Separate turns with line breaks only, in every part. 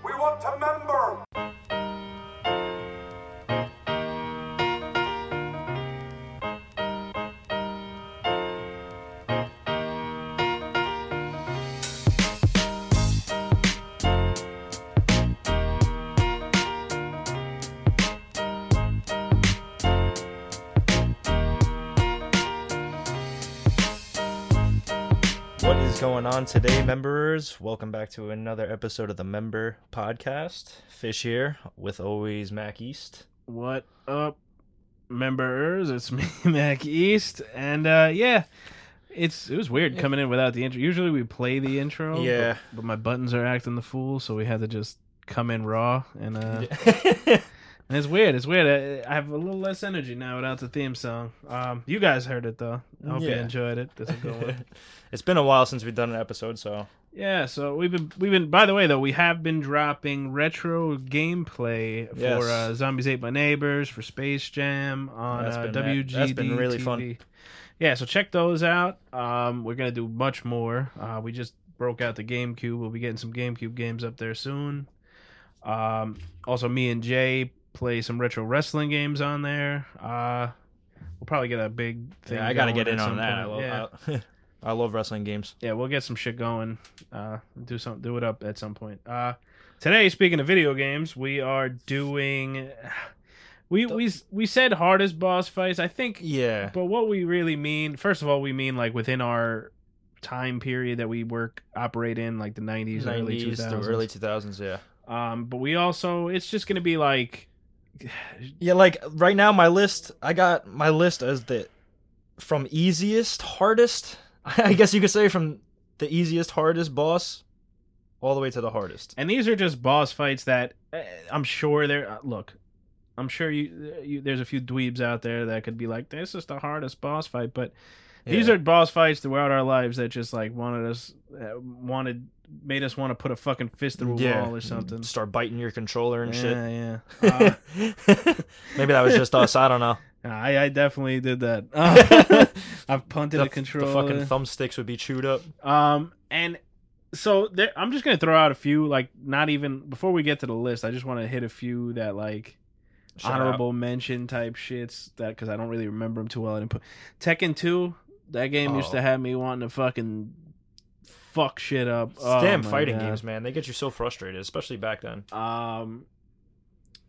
failed to member.
What is going on today, members? Welcome back to another episode of the Member Podcast. Fish here, with always Mac East.
What up, members? It's me, Mac East, and uh, yeah, it's it was weird coming in without the intro. Usually we play the intro, but-
Yeah.
but, my buttons are acting the fool, so we had to just come in raw, and uh, and it's weird. It's weird. I, I have a little less energy now without the theme song. Um, you guys heard it though. I hope you
Yeah.
enjoyed it. This is a good one.
it's been a while since we've done an episode, so
Yeah, so we've been we've been by the way though, we have been dropping retro gameplay for
Yes.
uh, Zombies Ate My Neighbors, for Space Jam on
That's
uh,
been that-
WGD.
that's been really fun.
TV. Yeah, so check those out. Um, we're gonna do much more. Uh, we just broke out the GameCube. We'll be getting some GameCube games up there soon. Um, also me and Jay play some retro wrestling games on there. Uh, we'll probably get a big thing.
yeah, I got to
going
get
at
in on
some
that. I
point.
love,
Yeah
I, I love wrestling games.
yeah, we'll get some shit going. Uh, do some, do it up at some point. Uh, today, speaking of video games, we are doing. We we we said hardest boss fights. I think,
Yeah,
but what we really mean, first of all, we mean like within our time period that we work operate in, like the nineties, early two
nineties, the
thousands.
early two thousands. Yeah,
um, but we also, it's just gonna be like,
yeah. Like right now, my list. I got my list as the from easiest hardest. I guess you could say from the easiest hardest boss, all the way to the hardest.
and these are just boss fights that uh, I'm sure there. uh, Look, I'm sure you, you. There's a few dweebs out there that could be like, this is the hardest boss fight, but. These
Yeah.
are boss fights throughout our lives that just like wanted us, uh, wanted, made us want to put a fucking fist through a wall or something.
Start biting your controller and
yeah,
shit.
yeah. Uh,
Maybe that was just us. I don't know.
I, I definitely did that. Uh, I've punted
The,
a
the
controller.
fucking thumbsticks would be chewed up.
um, and so there, I'm just gonna throw out a few, like not even before we get to the list. I just want to hit a few that like
Shout out.
honorable mention type shits that because I don't really remember them too well. I didn't put Tekken two. That game used
Oh.
to have me wanting to fucking fuck shit up.
It's
Oh
damn
my
fighting
God.
games, man. They get you so frustrated, especially back then.
Um,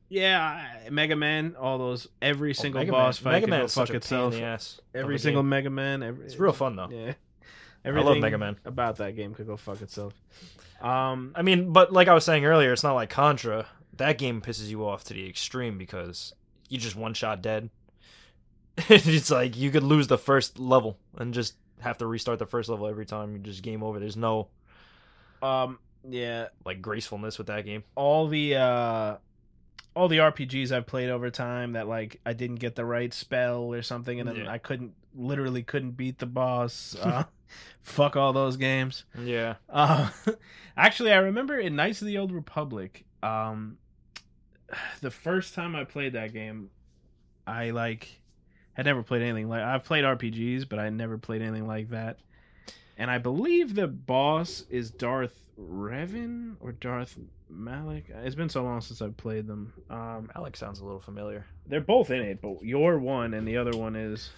yeah, I- Mega Man, all those, every single
Oh, Mega
boss
Man,
fight
Mega
can
Man
go
is
fuck
such a
itself.
Pain in the ass.
Every
of a
single
game.
Mega Man, every,
It's real fun though.
Yeah,
I love Mega Man.
About that game could go fuck itself. Um,
I mean, but like I was saying earlier, it's not like Contra. That game pisses you off to the extreme because you just one shot dead. it's like you could lose the first level and just have to restart the first level every time. You just game over. There's no
um, yeah,
like gracefulness with that game.
all the uh, all the RPGs I've played over time that like I didn't get the right spell or something, and then
Yeah.
I couldn't, literally couldn't beat the boss. Uh, fuck all those games.
Yeah.
Uh, actually, I remember in Knights of the Old Republic, um, the first time I played that game, I like had never played anything like I've played RPGs, but I never played anything like that. And I believe the boss is Darth Revan or Darth Malik. It's been so long since I've played them. Um,
Alex sounds a little familiar.
they're both in it, but your one and the other one is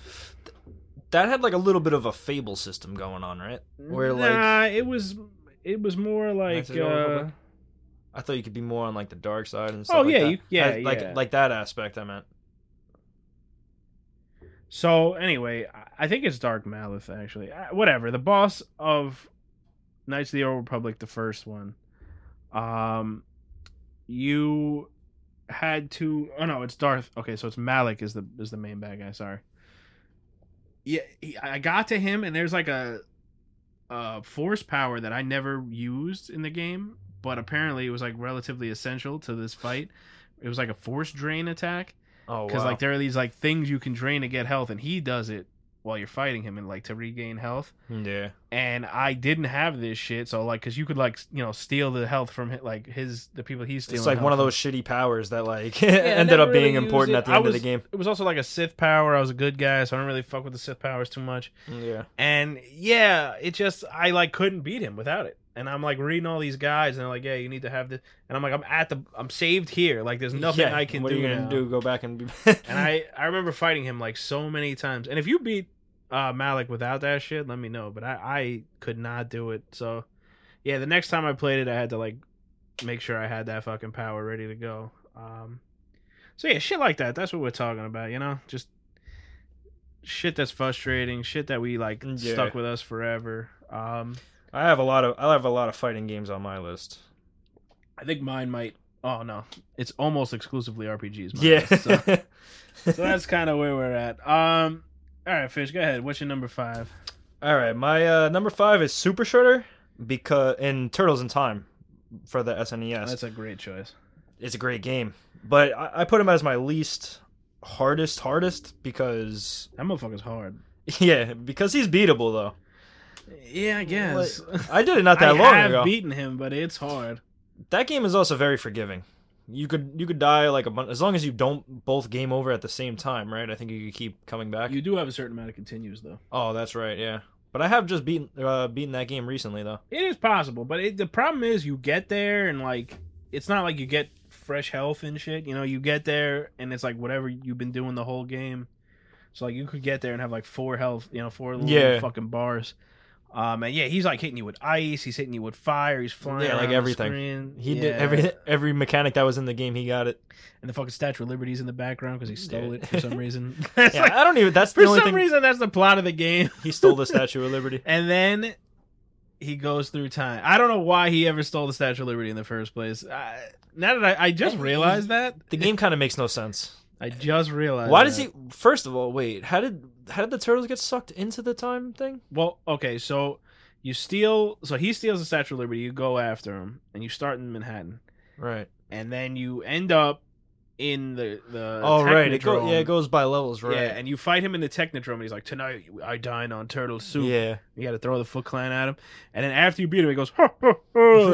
That had like a little bit of a fable system going on, right? Where like
nah, it was it was more
Knights
like
of the Old
uh,
Republic? I thought you could be more on like the dark side and stuff.
oh
like
yeah
that.
you, yeah
I- like
yeah.
like that aspect. I meant.
So anyway, I- I think it's Dark Malith actually. Uh, Whatever. The boss of Knights of the Old Republic, the first one. Um, you had to. Oh no, it's Darth. Okay, so it's Malik is the is the main bad guy. Sorry. Yeah, he, I got to him, and there's like a, a force power that I never used in the game, but apparently it was like relatively essential to this fight. It was like a force drain attack
Oh
because
wow.
like there are these like things you can drain to get health and he does it while you're fighting him and like to regain health
yeah.
and i didn't have this shit so like because you could like s- you know steal the health from hi- like his the people he's stealing
It's like
health
one of
from.
those shitty powers that like
I
ended up
never really
being important
used
at the
it. I
end of
was-
the game.
it was also like a sith power i was a good guy so i don't really fuck with the sith powers too much
Yeah.
and yeah it just i like couldn't beat him without it and I'm like reading all these guys, and they're like, "Yeah, you need to have this," and I'm like, "I'm at the, I'm saved here. Like, there's nothing
Yeah,
I can
what
do."
are you gonna
now.
do? Go back and be.
And I, I remember fighting him like so many times. And if you beat uh, Malik without that shit, let me know. But I, I could not do it. So, yeah, the next time I played it, I had to like make sure I had that fucking power ready to go. Um, so yeah, shit like that. That's what we're talking about, you know? Just shit that's frustrating, shit that we like
Yeah.
stuck with us forever. Um,
I have a lot of I have a lot of fighting games on my list.
I think mine might. Oh no, it's almost exclusively RPGs. mine
Yeah.
is, so. so that's kind of where we're at. Um, all right, fish, go ahead. What's your number five?
All right, my uh, number five is Super Shredder because in Turtles in Time for the SNES.
That's a great choice.
it's a great game, but I, I put him as my least hardest hardest because
That motherfucker's hard.
yeah because he's beatable though.
Yeah, I guess.
I did it not that
I
long
have
ago.
beaten him, but it's hard.
that game is also very forgiving. You could you could die like a bunch as long as you don't both game over at the same time, right? I think you could keep coming back.
You do have a certain amount of continues, though.
oh, that's right, yeah. But I have just beaten uh, beaten that game recently though.
It is possible, but it, the problem is you get there and like it's not like you get fresh health and shit. You know, you get there and it's like whatever you've been doing the whole game. So like you could get there and have like four health, you know, four little
Yeah.
fucking bars. Um and yeah, he's like hitting you with ice, he's hitting you with fire, he's flying.
Yeah, like
around the
everything.
screen.
He
Yeah.
did every every mechanic that was in the game. He got it.
and the fucking Statue of Liberty's in the background because he stole
Yeah.
it for some reason. It's
Yeah,
like,
I don't even. That's the
for
only
some
thing
reason, that's the plot of the game.
he stole the Statue of Liberty.
And then he goes through time. I don't know why he ever stole the Statue of Liberty in the first place. I, now that I, I just realized that,
The game kind of makes no sense.
I just realized.
Why does
that.
he? First of all, wait. How did how did the turtles get sucked into the time thing?
Well, okay, so you steal. So he steals the Statue of Liberty. You go after him, and you start in Manhattan,
Right.
and then you end up in the the.
oh, right. It go,
Technodrome.
yeah, it goes by levels, right?
Uh, Yeah, and you fight him in the Technodrome, and he's like, "Tonight, I dine on turtle soup."
Yeah.
You got to throw the Foot Clan at him, and then after you beat him, he goes, ho, ho, ho,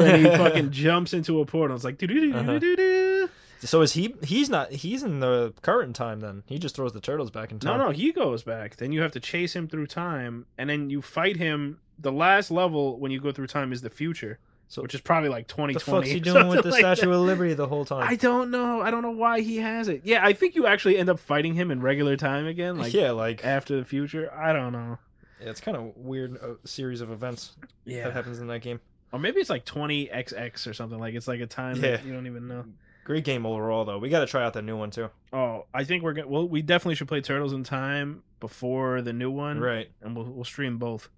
and he fucking jumps into a portal. It's like, doo doo
Uh-huh.
doo doo doo doo.
So is he? He's not. He's in the current time. Then he just throws the turtles back in
No,
time.
no, he goes back. Then you have to chase him through time, and then you fight him. The last level when you go through time is the future,
So-
which is probably like
What
twenty
the
twenty.
fuck's he doing with the Statue of Liberty the whole time?
I don't know. I don't know why he has it. Yeah, I think you actually end up fighting him in regular time again, like
yeah, like
after the future. I don't know.
yeah, it's kind of weird uh, series of events that happens in that game.
or maybe it's like twenty XX or something. Like it's like a time that
Yeah.
you don't even know.
Great game overall, though. We got to try out the new one too.
Oh, I think we're gonna. Well, we definitely should play Turtles in Time before the new one,
Right.
And we'll we'll stream both.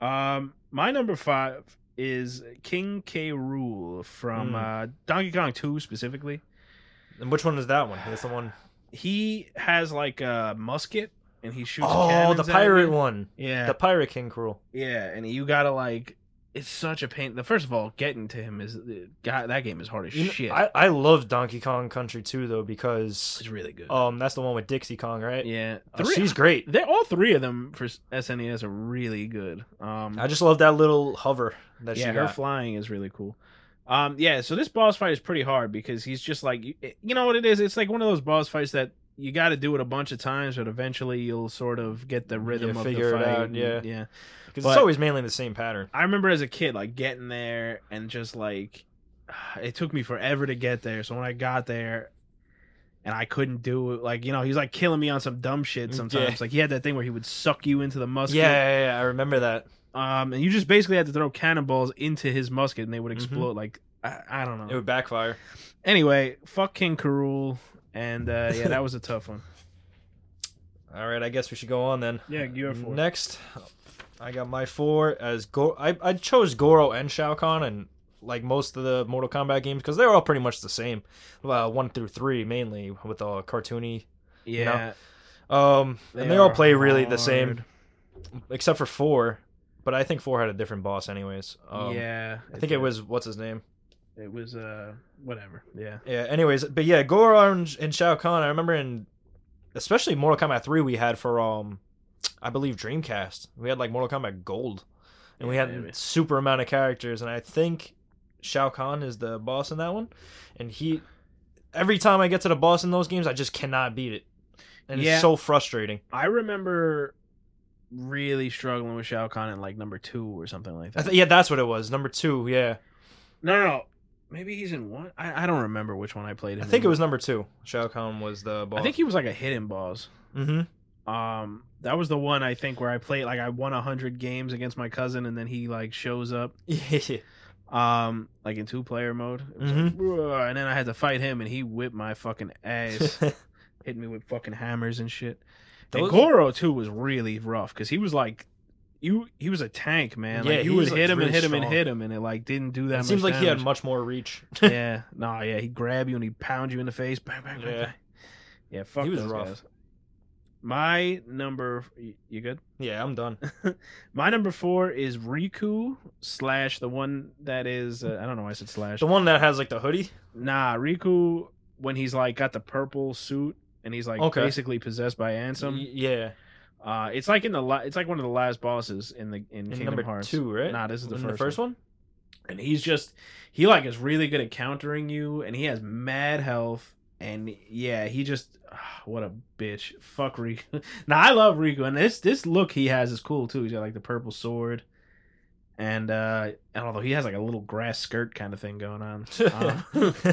Um, my number five is King K. Rule from
Hmm.
uh, Donkey Kong Two specifically.
And which one is that one? That's the one.
He has like a musket and he shoots.
Oh,
cannons
the
at
pirate
you.
one.
Yeah,
The pirate king cruel.
yeah, and you gotta like. It's such a pain. The first of all, getting to him is God. That game is hard as
You kn-
shit.
I, I love Donkey Kong Country 2 though because
it's really good.
um that's the one with Dixie Kong, right?
yeah,
Uh,
Three-
she's great.
They're all three of them for SNES are really good. Um,
I just love that little hover that
yeah,
she
her
got.
flying is really cool. Um, yeah, so this boss fight is pretty hard because he's just like you, you know what it is. It's like one of those boss fights that you got to do it a bunch of times, but eventually you'll sort of get the rhythm of
figure it
the fight.
out,
and-
yeah.
yeah.
Because
but-
it's always mainly the same pattern.
I remember as a kid like getting there and just like it took me forever to get there. So when I got there and I couldn't do it, like you know, he was like killing me on some dumb shit
Mm, Yeah.
sometimes. Like he had that thing where he would suck you into the musket.
Yeah, yeah, yeah, I remember that.
um, and you just basically had to throw cannonballs into his musket and they would explode. Like I, I don't know.
It would backfire.
Anyway, fuck King Karul, and uh, yeah, that was a tough one.
All right, I guess we should go on then.
Yeah, you're
Next, I got my four as Go. I I chose Goro and Shao Kahn and like most of the Mortal Kombat games because they're all pretty much the same. Well, one through three mainly with all cartoony.
Yeah,
Um, and they all
are
play really the same
hard.
except for four. But I think four had a different boss, anyways. Um,
yeah,
I think it was what's his name.
It was uh, whatever. Yeah,
Yeah. Anyways, but yeah, Goro and, and Shao Kahn. I remember in, especially Mortal Kombat three, we had for um, I believe Dreamcast. We had like Mortal Kombat Gold, and we
Yeah,
had
maybe.
super amount of characters. And I think Shao Kahn is the boss in that one, and he. Every time I get to the boss in those games, I just cannot beat it, and
Yeah.
it's so frustrating.
I remember really struggling with Shao Kahn in like number two or something like
I
that.
th- yeah, that's what it was. Number two. Yeah,
no, no, no. Maybe he's in one. I, I don't remember which one I played him.
I think
in.
it was number two. Shao Kahn was the boss.
I think he was like a hidden boss.
hmm
Um, that was the one I think where I played like I won hundred games against my cousin, and then he like shows up,
Yeah.
um, like in two player mode, It was
Mm-hmm.
like, "Bruh," and then I had to fight him, and he whipped my fucking ass, hit me with fucking hammers and shit.
Those-
And Goro too was really rough because he was like, you he was a tank man.
Yeah,
Like
he
you would
was, like,
hit him
really
and hit him
strong.
and hit him, and it like didn't do that.
it
much
seems like he had
damage.
much more reach.
yeah, nah, yeah. He'd grab you and he'd pound you in the face. Bang, bang, bang,
Yeah.
bang. Yeah, fuck
He was
those
rough.
guys. My number, you- you good?
yeah, I'm done.
My number four is Riku slash the one that is uh, I don't know why I said slash.
The one that has like the hoodie.
Nah, Riku when he's like got the purple suit and he's like
Okay.
basically possessed by
Y-
Ansem.
yeah,
Uh, it's like in the la- it's like one of the last bosses in the in,
in
Kingdom
number
Hearts.
two, right?
Nah, this is the
In
first,
the first
one.
one.
And he's just he like is really good at countering you, and he has mad health. And yeah, he just ah, what a bitch. Fuck Riku. now I love Riku, and this this look he has is cool too. He's got like the purple sword, and uh and although he has like a little grass skirt kind of thing going on.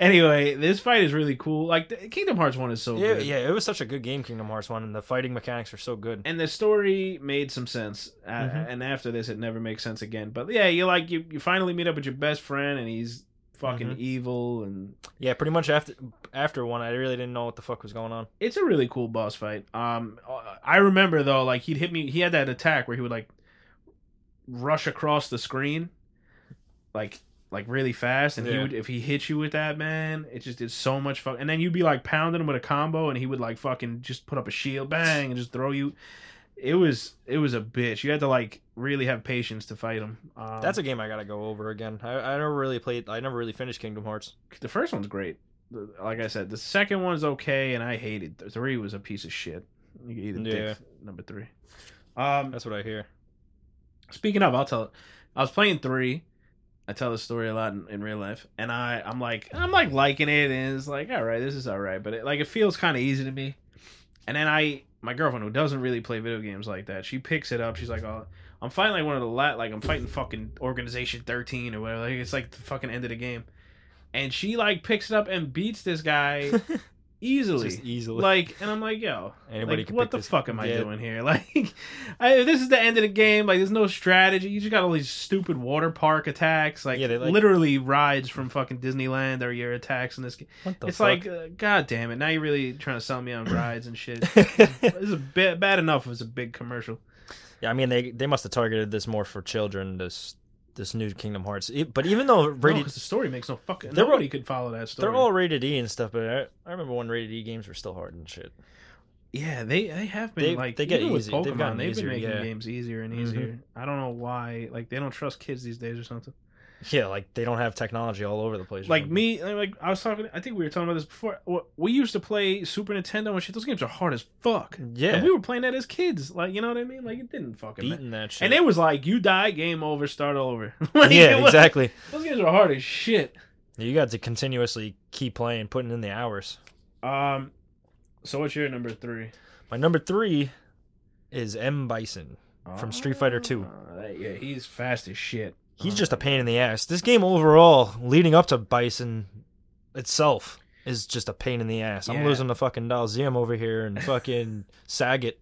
Um, anyway, this fight is really cool. Like the- Kingdom Hearts one is so
yeah,
good.
yeah, it was such a good game, Kingdom Hearts One, and the fighting mechanics are so good.
and the story made some sense uh,
Mhm.
and after this it never makes sense again but yeah you like you, you finally meet up with your best friend and he's fucking
Mhm.
evil and
Yeah, pretty much after after one, I really didn't know what the fuck was going on.
it's a really cool boss fight um uh, i remember though like he'd hit me he had that attack where he would like rush across the screen like like really fast and he
Yeah.
would if he hit you with that man it just did so much fuck and then you'd be like pounding him with a combo and he would like fucking just put up a shield bang and just throw you it was it was a bitch you had to like really have patience to fight him um,
That's a game I gotta go over again. I, I never really played. I never really finished Kingdom Hearts.
the first one's great The- like i said the second one's okay and i hated the three was a piece of shit you can eat a dick, number three um
That's what I hear.
Speaking of, I'll tell. I was playing three. I tell this story a lot in, in real life, and I I'm like I'm like liking it, and it's like all right, this is all right, but it, like it feels kind of easy to me. And then I my girlfriend who doesn't really play video games like that, she picks it up. She's like, oh, I'm fighting like one of the lat like I'm fighting fucking Organization 13 or whatever. Like it's like the fucking end of the game, and she like picks it up and beats this guy easily.
Just easily.
like, and I'm like, yo,
Anybody
like,
can
what
pick
the
this-
fuck am I
Yeah.
doing here? Like, I, this is the end of the game. Like, there's no strategy. You just got all these stupid water park attacks. Like,
Yeah, they, like-
literally rides from fucking Disneyland are your attacks in this game.
What the
It's
fuck?
like, uh, god damn it! Now you're really trying to sell me on rides and shit. this is a bit bad enough. It was a big commercial.
yeah, I mean they they must have targeted this more for children. This this new Kingdom Hearts, E- but even though
Because
rated,
the story makes no fucking.
They're all-
Nobody could follow that story.
they're all rated E and stuff. But I, I remember when rated E games were still hard and shit.
Yeah, they they have been
They-
like
they
they
get
get even
easy-
with
they've gotten
Pokemon. They've,
easier,
been making
yeah.
games easier and
Mhm.
easier. I don't know why. Like they don't trust kids these days or something.
Yeah, like they don't have technology all over the place.
Like me, like I was talking. I think we were talking about this before. Wh- We used to play Super Nintendo and shit. Those games are hard as fuck.
yeah,
And we were playing that as kids. Like you know what I mean? Like it didn't fucking. matter.
beating that shit.
And it was like you die, game over, start all over. Like, it
yeah,
was-
exactly.
Those games are hard as shit.
You got to continuously keep playing, putting in the hours.
Um, so what's your number three
My number three is M Bison. From Street Fighter 2.
Ah, that- Yeah, he's fast as shit.
He's
Oh
just a
my
pain in the ass. This game overall, leading up to Bison itself, is just a pain in the ass. I'm
Yeah.
losing the fucking Dalzium over here and fucking Sagat.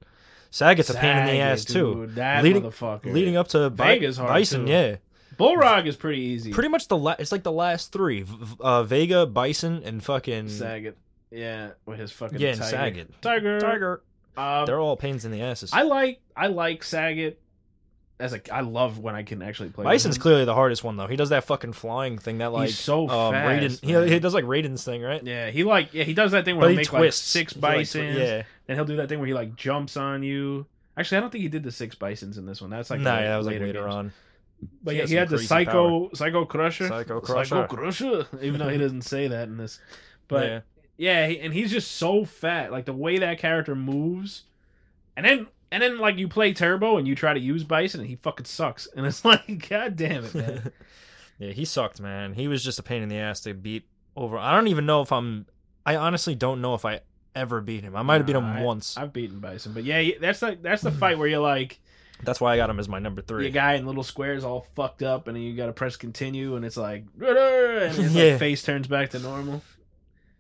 Sagat's a pain in the
Zagat,
ass too.
dude, That
Leading-
motherfucker.
Leading up to Bi-
Vega's hard,
Bison,
too.
yeah,
Bullrog is pretty easy.
pretty much the la- it's like the last three: V- v- uh, Vega, Bison, and fucking
Sagat. Yeah, with his fucking
yeah, and
tiger.
Sagat.
Tiger.
Tiger.
Um,
They're all pains in the asses.
I like I like Sagat. As a, I love when I can actually play. with
Bison's
him.
clearly the hardest one though. He does that fucking flying thing that like
so
um,
fast,
Raiden,
man.
he, he does like Raiden's thing, right?
Yeah, he like yeah he does that thing where
But
he
he
makes
twists
like six
He, like, twi-
bisons.
yeah,
and he'll do that thing where he like jumps on you. Actually, I don't think he did the six bisons in this one. That's like
no,
the
yeah, that was like later,
games.
on.
But
He
yeah,
has
he
some
had the
crazy
psycho psycho crusher.
Psycho Crusher.
Psycho crusher. Even though he doesn't say that in this, but
yeah.
Yeah, he, and he's just so fat. Like the way that character moves, and then and then like you play Turbo and you try to use Bison and he fucking sucks. And it's like, god damn it, man.
yeah, he sucked, man. He was just a pain in the ass to beat over. I don't even know if I'm. I honestly don't know if I ever beat him. I might have beat him
Nah, I-
once.
I've beaten Bison, but yeah, that's the that's the fight where you're like
That's why I got him as my number three.
your guy in little squares all fucked up, and you got to press continue, and it's like and his
Yeah.
like, face turns back to normal.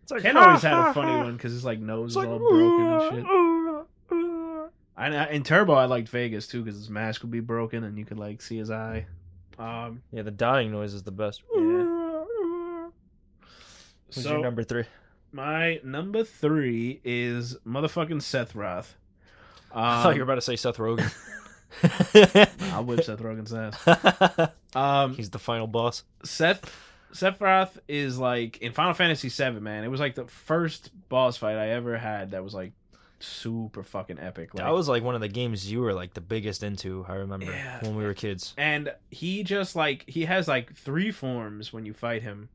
It's like,
Ken always had a funny one because his like nose
It's
is
like,
all broken and shit.
and shit.
I, in Turbo, I liked Vegas too because his mask would be broken and you could like see his eye. Um,
Yeah, the dying noise is the best.
Yeah.
Who's
so
your number three?
my number three is motherfucking Seth Roth. Um,
I thought you were about to say Seth Rogen.
I'll Um, whip Seth Rogen's ass. Um,
He's the final boss.
Seth Sephiroth is like in Final Fantasy VII, man. It was like the first boss fight I ever had that was like super fucking epic. Like,
that was like one of the games you were like the biggest into. I remember
Yeah.
when we were kids.
and he just like he has like three forms when you fight him,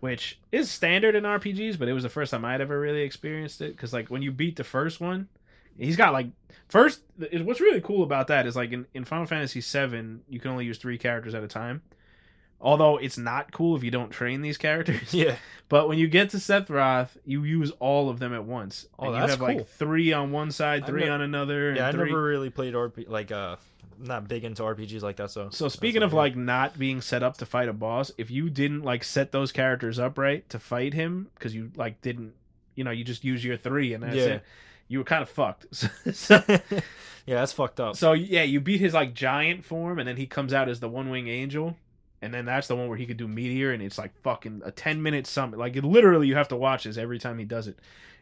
which is standard in RPGs, but it was the first time I'd ever really experienced it because like when you beat the first one. He's got like first. What's really cool about that is like in, in Final Fantasy VII, you can only use three characters at a time. Although it's not cool if you don't train these characters.
Yeah,
But when you get to Seth Roth, you use all of them at once.
Oh,
and you
that's
have
cool.
like three on one side,
I
three
ne-
on another. And
yeah. I
three...
never really played RP like uh, not big into RPGs like that. So
So
that's
speaking
what
of
I-
like not being set up to fight a boss, if you didn't like set those characters up right to fight him because you like didn't, you know, you just use your three and that's
Yeah.
it. You were kind of fucked. So- so,
yeah, that's fucked up.
so yeah, you beat his like giant form, and then he comes out as the one wing angel, and then that's the one where he could do meteor, and it's like fucking a ten minute summit. Like it, literally, you have to watch this every time he does it,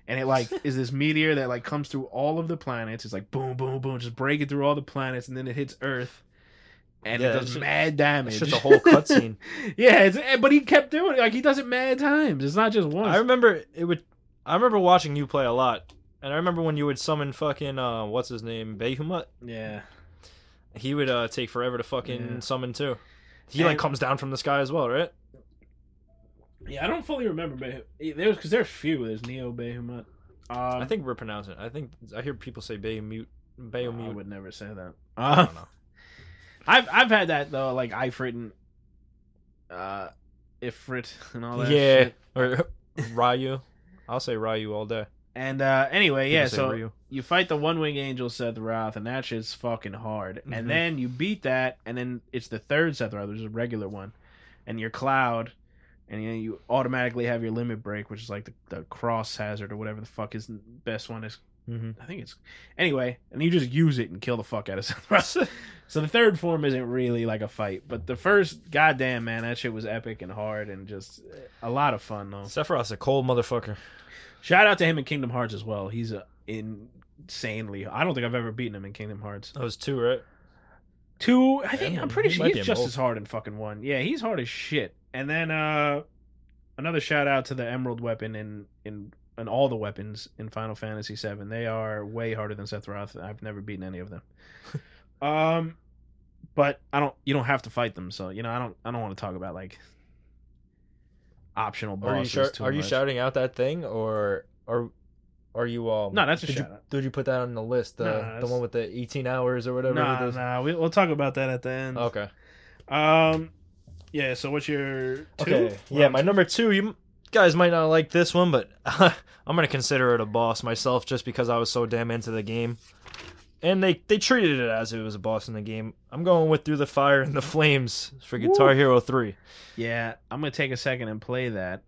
and it like is this meteor that like comes through all of the planets. It's like boom, boom, boom, just breaking through all the planets, and then it hits Earth, and
Yeah,
it
that
does
shit-
mad
It's
damage.
just a whole cutscene.
yeah, it's, eh, but he kept doing it. Like he does it mad times. It's not just once.
I remember it would. I remember watching you play a lot, and I remember when you would summon fucking uh, what's his name, Behemoth.
yeah.
He would uh take forever to fucking
Yeah.
summon too. He like
And-
comes down from the sky as well, right?
Yeah, I don't fully remember, but it- there was because there's few. There's Neo Behemoth. Um,
I think we're pronouncing. It. I think I hear people say Behemoth.
I
Behemoth.
would never say that.
I don't know.
I've I've had that though, like Ifrit and uh, Ifrit and all that.
yeah,
shit.
or Ryu. I'll say Ryu all day.
And uh, anyway,
People
yeah.
say
So
Ryu.
you fight the one wing angel Seth Roth, and that shit's fucking hard.
Mhm.
And then you beat that, and then it's the third Seth Roth, which is a regular one, and your Cloud, and you, know, you automatically have your limit break, which is like the, the cross hazard or whatever the fuck is best one is.
Mhm.
I think it's anyway, and you just use it and kill the fuck out of Seth Roth. So the third form isn't really like a fight, but the first, goddamn man, that shit was epic and hard and just a lot of fun though.
Sephiroth's a cold motherfucker.
Shout out to him in Kingdom Hearts as well. He's a insanely. I don't think I've ever beaten him in Kingdom Hearts.
That was two, right?
Two, I think
Yeah,
I'm pretty
he
sure
might be
he's
in
just
both.
as hard in fucking one. Yeah, he's hard as shit. And then uh another shout out to the Emerald Weapon in in and all the weapons in Final Fantasy VII. They are way harder than Seth Roth. I've never beaten any of them. um, but I don't. You don't have to fight them, so you know I don't. I don't want to talk about like optional
Are
bosses.
you shou-
too
are you
much.
shouting out that thing or are are you um?
No, that's a
did
shout
you,
out.
Did you put that on the list? The
No,
the
that's-
one with the eighteen hours or whatever. it
Nah,
is? Oh.
nah. We, we'll talk about that at the end.
Okay.
Um. Yeah. So what's your two?
Okay.
We're
yeah,
on
my
two.
number two. You m- guys might not like this one, but I'm gonna consider it a boss myself, just because I was so damn into the game. And they they treated it as it was a boss in the game. I'm going with Through the Fire and the Flames for Guitar
Woo.
Hero Three.
Yeah, I'm gonna take a second and play that.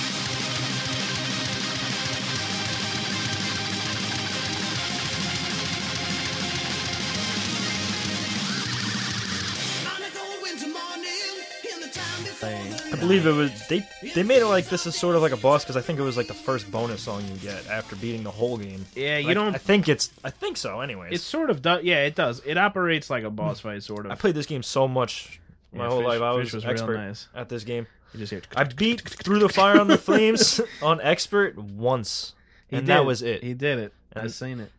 I believe it was they they made it like this is sort of like a boss because I think it was like the first bonus song you get after beating the whole game.
Yeah, you
Like,
don't.
I think it's. I think so. Anyways,
It sort of does. Yeah, it does. It operates like a boss fight, sort of.
I played this game so much my
Yeah,
whole
Fish-
life. I
Fish
was,
was real
expert
nice.
at this game.
You just hear.
I beat Through the Fire on the Flames on expert once,
He
and
did
that was it.
He did it. I've
And-
seen it.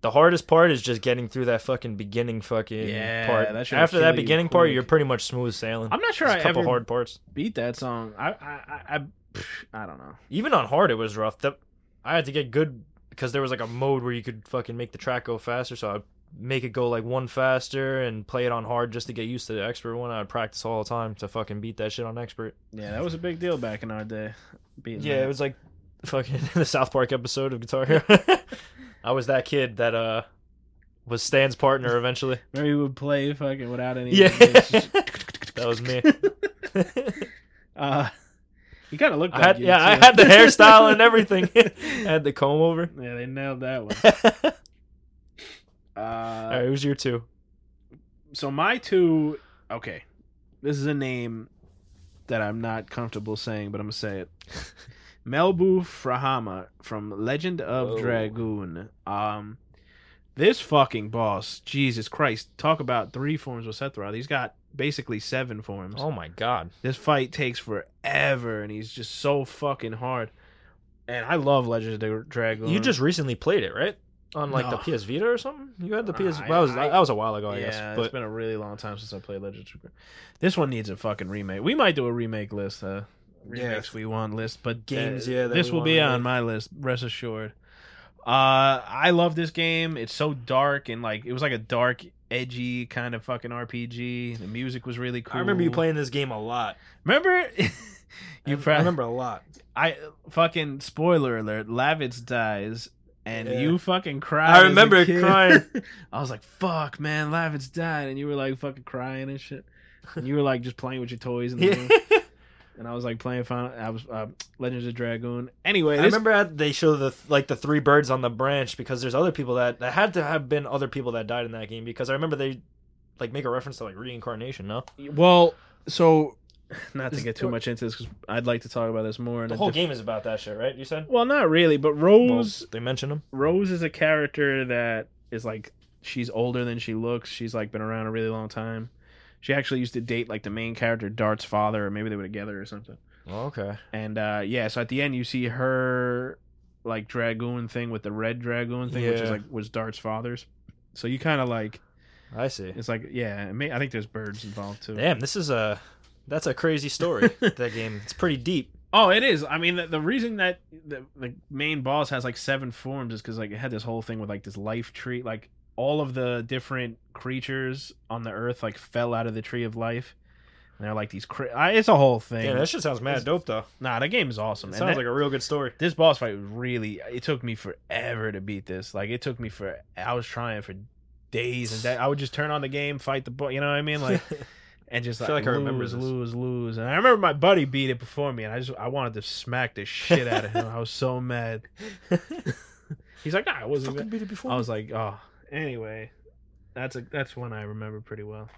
The hardest part is just getting through that fucking beginning fucking
Yeah,
part.
that should've
After that
killed you
beginning part,
quick.
you're pretty much smooth sailing.
I'm not sure
There's
I
a couple
ever
hard parts.
beat that song. I I I I, pff, I don't know.
Even on hard, it was rough. The, I had to get good because there was like a mode where you could fucking make the track go faster. So I make it go like one faster and play it on hard just to get used to the expert one. I'd practice all the time to fucking beat that shit on expert.
Yeah, that was a big deal back in our day. Beating
Yeah,
that.
it was like fucking the South Park episode of Guitar Hero. I was that kid that uh was Stan's partner eventually.
Maybe we would play fucking without any.
Yeah.
it's just-
That was me.
uh, you kind of looked
I
like
had
you,
yeah, I
too.
had the hairstyle and everything. I had the comb over.
yeah, they nailed that one.
all
Uh,
right, who's your two?
So my two. Okay, this is a name that I'm not comfortable saying, but I'm gonna say it. Melbu Frahama from Legend of
Oh.
Dragoon. Um, this fucking boss, Jesus Christ! Talk about three forms with Sethra. He's got basically seven forms.
Oh my god.
This fight takes forever, and he's just so fucking hard. And I love Legend of Dragoon.
You just recently played it, right? On like the
No.
PS Vita or something? You had the
Nah,
PS
I-
that was
I-
that was a while ago, I
yeah,
guess.
it's
But
been a really long time since I played Legend of Dragoon. This one needs a fucking remake. We might do a remake list, huh?
Yeah.
Remakes we want list, but
Games,
that-
yeah, that
This
we
will
want
be
to
on
make.
my list. Rest assured. Uh, I love this game. It's so dark and like it was like a dark, edgy kind of fucking RPG. The music was really cool.
I remember you playing this game a lot.
Remember,
You
you
I,
probably
remember a lot.
I fucking spoiler alert, Lavitz dies and
Yeah.
you fucking cried.
I
as a
remember
kid.
crying.
I was like, fuck man, Lavitz died and you were like fucking crying and shit. And you were like just playing with your toys in the room. and I was like playing Final I was uh, Legends of Dragoon. Anyway,
I
this-
remember at- they show the like the three birds on the branch because there's other people that that had to have been other people that died in that game because I remember they like make a reference to like reincarnation. No,
well, so not to
This-
get too much into this cuz I'd like to talk about this more in
the
a
whole
diff-
game is about that shit, right? You said.
Well, not really, but Rose
they mentioned them.
Rose is a character that is like she's older than she looks. She's like been around a really long time. She actually used to date like the main character Dart's father, or maybe they were together or something.
Oh, okay.
And uh yeah, so at the end you see her like dragoon thing with the red dragoon thing, which is
Yeah.
like was Dart's father's. So you kind of like
I see.
it's like yeah, I mean, I think there's birds involved too.
Damn, this is a that's a crazy story. that game. It's pretty deep.
Oh, it is. I mean, the, the reason that the, the main boss has like seven forms is because like it had this whole thing with like this life tree, like all of the different creatures on the earth like fell out of the tree of life, and they're like these. Cra- I, it's a whole thing.
Damn, that shit sounds mad
It's-
dope though.
nah, that game is awesome.
It
And
sounds
that-
like a real good story.
this boss fight was really. It took me forever to beat this. Like it took me for. I was trying for days and days. I would just turn on the game, fight the boss. You know what I mean? Like and just
I
like,
feel like I
lose,
remember this.
lose, lose. And I remember my buddy beat it before me, and I just I wanted to smack the shit out of him. I was so mad. He's like, Nah, I wasn't.
Fucking
Even.
beat it before.
I was like, oh. Anyway, that's a that's one I remember pretty well.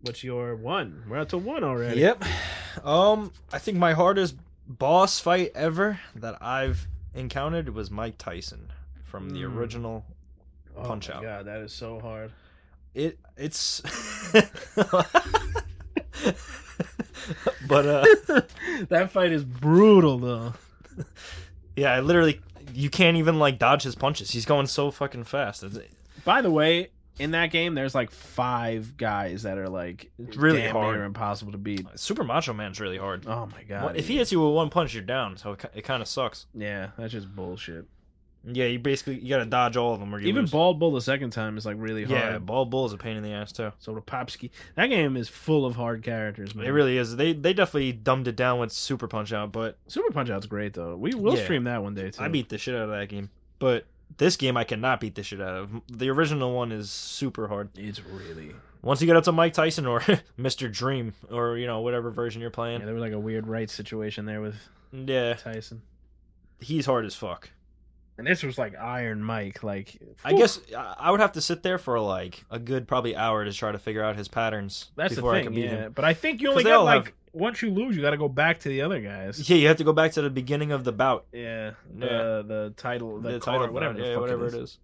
What's your one? We're up to one already.
Yep. Um, I think my hardest boss fight ever that I've encountered was Mike Tyson from the
Mm.
original.
Oh
Punch
my
out.
God, that is so hard.
It it's, but uh,
that fight is brutal though.
yeah, I literally you can't even like dodge his punches. He's going so fucking fast. It's,
By the way, in that game, there's like five guys that are like
It's really
damn
hard.
near impossible to beat.
Super Macho Man's really hard.
Oh my god!
Well, if he hits you with one punch, you're down. So it, ki- it kind of sucks.
Yeah, that's just bullshit.
Yeah, you basically you gotta dodge all of them or you
Even
lose.
Bald Bull the second time is like really hard.
yeah, Bald Bull is a pain in the ass too.
So Rapopsky, that game is full of hard characters, man.
It really is. They they definitely dumbed it down with Super Punch Out, but
Super Punch Out's great though. We will
Yeah.
stream that one day too.
I beat the shit out of that game. But this game I cannot beat the shit out of. The original one is super hard.
it's really.
Once you get up to Mike Tyson or Mr. Dream or you know whatever version you're
Yeah,
playing, yeah,
there was like a weird right situation there with Tyson,
he's hard as fuck.
and this was like Iron Mike. Like
I guess I I would have to sit there for like a good probably hour to try to figure out his patterns
that's the
before I
thing.
can beat
yeah,
him.
but I think you only
'Cause they
get
all
like
have-
once you lose, you got to go back to the other guys.
Yeah, you have to go back to the beginning of the bout.
Yeah, the
Yeah.
the title, the,
the,
car,
title, whatever,
whatever, the
yeah,
fuck
whatever it is.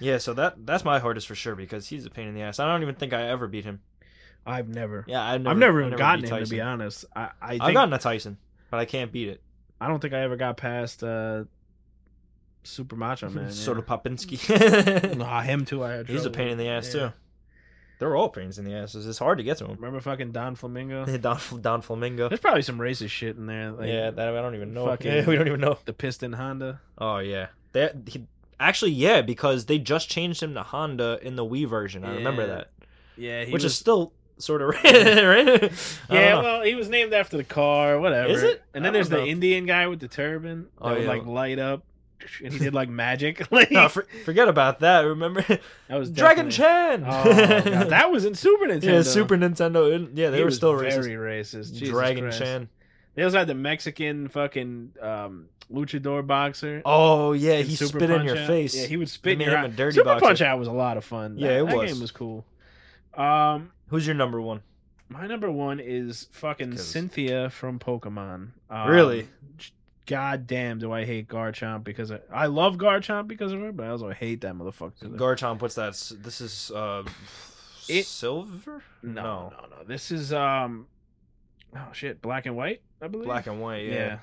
Yeah, so that that's my hardest for sure because he's a pain in the ass. I don't even think I ever beat him.
I've never,
Yeah, I've never,
I've never
I
even gotten
beat
him to
Tyson.
be honest. I, I think,
I've gotten a Tyson, but I can't beat it.
I don't think I ever got past uh, Super Macho Man.
Soda Popinski.
yeah. nah, him too. I had
he's a
trouble
pain
with.
in the ass
Yeah.
too. They're all pains in the asses. It's hard to get to him.
Remember fucking Don Flamingo?
Don Don Flamingo.
There's probably some racist shit in there. Like
yeah, that I don't even know.
fucking-
Yeah, we don't even know.
the Piston Honda.
Oh yeah, that he, Actually, yeah, because they just changed him to Honda in the Wii version. I remember
Yeah.
that,
Yeah, he
which
was,
is still sort of right.
yeah. Well, he was named after the car, whatever.
Is it?
And
I
then there's
don't
the
know.
Indian guy with the turban that
Oh,
would
yeah.
like light up, and he did like magic. Like
no, for, forget about that. Remember
that was
Dragon Chan?
definitely- Oh, God, that was in Super Nintendo.
yeah, Super Nintendo. Yeah, they
He
were
was
still
very
racist.
racist. Jesus
Dragon
Christ.
Chan.
They also had the Mexican fucking um, luchador boxer.
Oh yeah,
and
he
Super
spit in your
Punch-Out.
face.
Yeah, he would spit
They
in
made
your
him a
eye.
dirty
Super
boxer.
Punch Out was a lot of fun.
Yeah,
That-
it
that
was.
game was cool. Um,
Who's your number one?
my number one is fucking
'Cause-
Cynthia from Pokemon. Um,
Really?
God damn, do I hate Garchomp because I, I love Garchomp because of her, but I also hate that motherfucker.
Garchomp. What's that? S- This is uh,
It-
silver.
no, no, no, This is um, oh shit, black and white, I believe.
black and white.
yeah.
Yeah,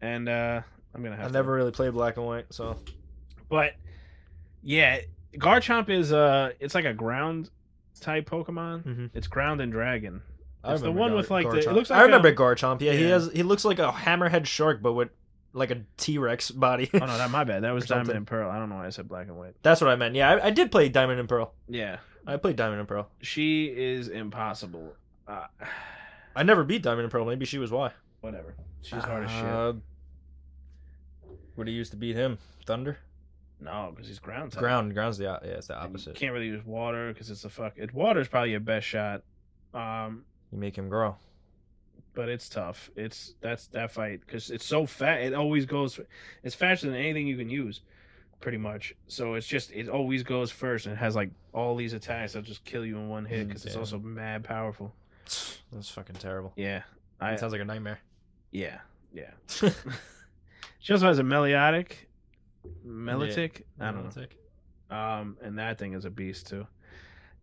And uh, I'm gonna have.
I
to-
never really played black and white, so
But yeah, Garchomp is uh it's like a ground type Pokemon.
Mhm.
It's ground and dragon.
I
Mm-hmm. It's the
remember
one
Gar-
with, like, the- it
Garchomp.
looks
I
like
remember
a-
Garchomp. Yeah, he
Yeah.
has. He looks like a hammerhead shark, but with like a T Rex body.
Oh no, that my bad. That was
Or
Diamond
something.
and Pearl. I don't know why I said black and white.
That's what I meant. Yeah, I, I did play Diamond and Pearl.
Yeah,
I played Diamond and Pearl.
she is impossible. Uh,
I never beat Diamond and Pearl. Maybe she was why.
whatever. She's hard as shit.
Uh, What do you use to beat him? Thunder.
No, because he's ground type.
Ground. Ground's the o- yeah. It's the
And You
opposite.
can't really use water because it's a fuck. It water's probably your best shot. Um,
You make him grow.
but it's tough. It's that's that fight because it's so fat. It always goes. It's faster than anything you can use, pretty much. So it's just it always goes first and it has like all these attacks that just kill you in one hit
Mm,
because it's
damn.
also mad powerful.
That's fucking terrible.
Yeah, I
It sounds like a nightmare.
yeah yeah. She also has a Meliotic, Melitic. I don't know.
Lunatic.
Um, and that thing is a beast too.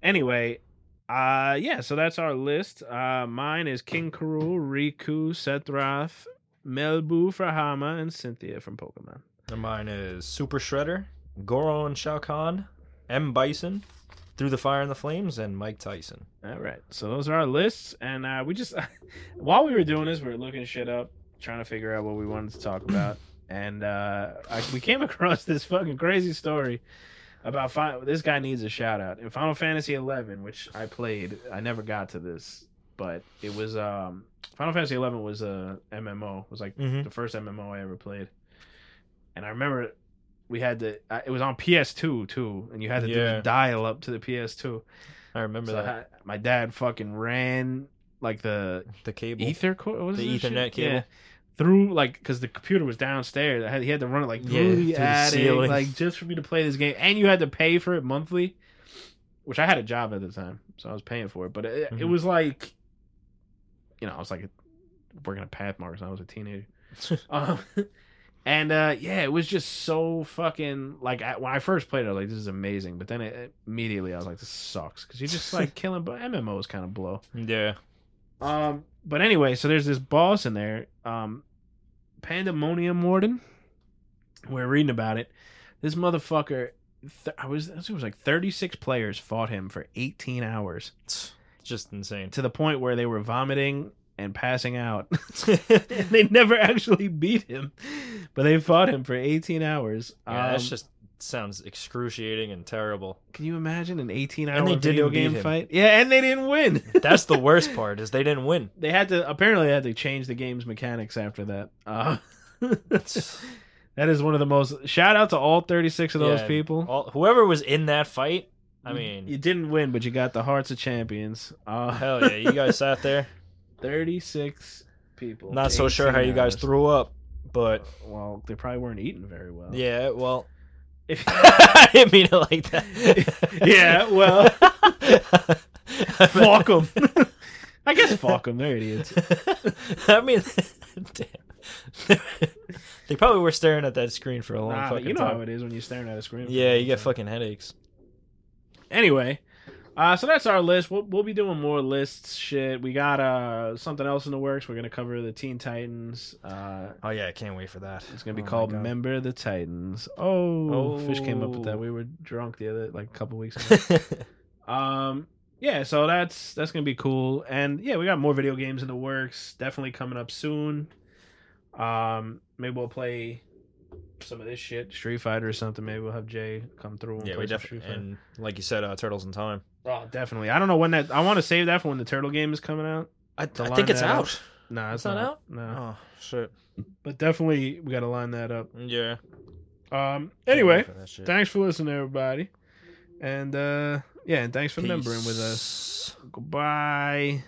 Anyway, uh, yeah. So that's our list. Uh, mine is King Karul, Riku, Setrath, Melbu for Hama, and Cynthia from Pokemon.
And mine is Super Shredder, Goro and Shao Kahn, M Bison, Through the Fire and the Flames, and Mike Tyson.
All right. So those are our lists, and uh, we just while we were doing this, we were looking shit up, trying to figure out what we wanted to talk about, and uh, I, we came across this fucking crazy story about fin- this guy needs a shout out in Final Fantasy XI, which I played. I never got to this, but it was um, Final Fantasy XI was a MMO. It was like
Mm-hmm.
the first MMO I ever played, and I remember we had to. I- It was on PS2 too, and you had to do
Yeah.
the dial up to the PS2.
I remember
So
that.
I- my dad fucking ran like the
the cable.
ether cord, what was
The
this shit?
Ethernet cable.
Yeah. through like because the computer was downstairs. I had, he had to run it like through
Yeah,
the
through the
attic,
ceiling.
like just for me to play this game, and you had to pay for it monthly, which I had a job at the time, so I was paying for it. But it, it
Mhm.
was like, you know, I was like working at Pathmarks. I was a teenager. Um, and uh, yeah, it was just so fucking like I, when I first played it, I was like, "This is amazing." But then it, immediately I was like, "This sucks," because you're just like killing. But MMOs kind of blow.
yeah.
Um, but anyway, so there's this boss in there, um, Pandemonium Warden. We're reading about it. This motherfucker, th- I was, I think it was like 36 players fought him for 18 hours
It's just insane.
to the point where they were vomiting and passing out. and they never actually beat him, but they fought him for 18 hours.
Yeah,
Um,
that's just sounds excruciating and terrible.
Can you imagine an 18
they
hour video
didn't beat
game
him.
fight? Yeah, and they didn't win.
That's the worst part is they didn't win.
They had to apparently they had to change the game's mechanics after that. Uh, that is one of the most shout out to all 36 of those
Yeah,
people.
All, whoever was in that fight,
Mm,
I mean,
you, you didn't win, but you got the hearts of champions. Uh,
hell yeah, you guys sat there.
36 people.
Not so sure how
18
you guys
hours.
threw up, but
Well, they probably weren't eating very well.
yeah, well,
If-
I didn't mean it like that.
Yeah, well.
fuck
fuck them. I guess fuck them. They're idiots.
I mean, damn. they probably were staring at that screen for a long
Nah,
fucking
you know
time.
how it is when you're staring at a screen. for a
yeah,
long
you get
time.
fucking headaches.
anyway uh, so that's our list we'll, we'll be doing more lists shit we got uh something else in the works we're gonna cover the teen titans uh
Oh yeah, I can't wait for that.
it's gonna be
Oh my
called
God.
member the titans oh, fish came up with
Oh.
that we were drunk the other like a couple weeks ago um yeah so that's that's gonna be cool and yeah we got more video games in the works definitely coming up soon um maybe we'll play some of this shit, Street Fighter or something. Maybe we'll have Jay come through. And
Yeah,
play
we
some Street
definitely
Fighter.
and like you said, uh, Turtles in Time.
Oh, definitely. I don't know when that. I want to save that for when the turtle game is coming out.
I,
To
I
line
think it's
that up.
out.
Nah,
It's
it's,
not
No,
Oh shit!
but definitely we got to line that up.
Yeah.
Um. Anyway,
For that shit.
thanks for listening, everybody, and uh, yeah, and thanks for
Peace.
membering with us. Goodbye.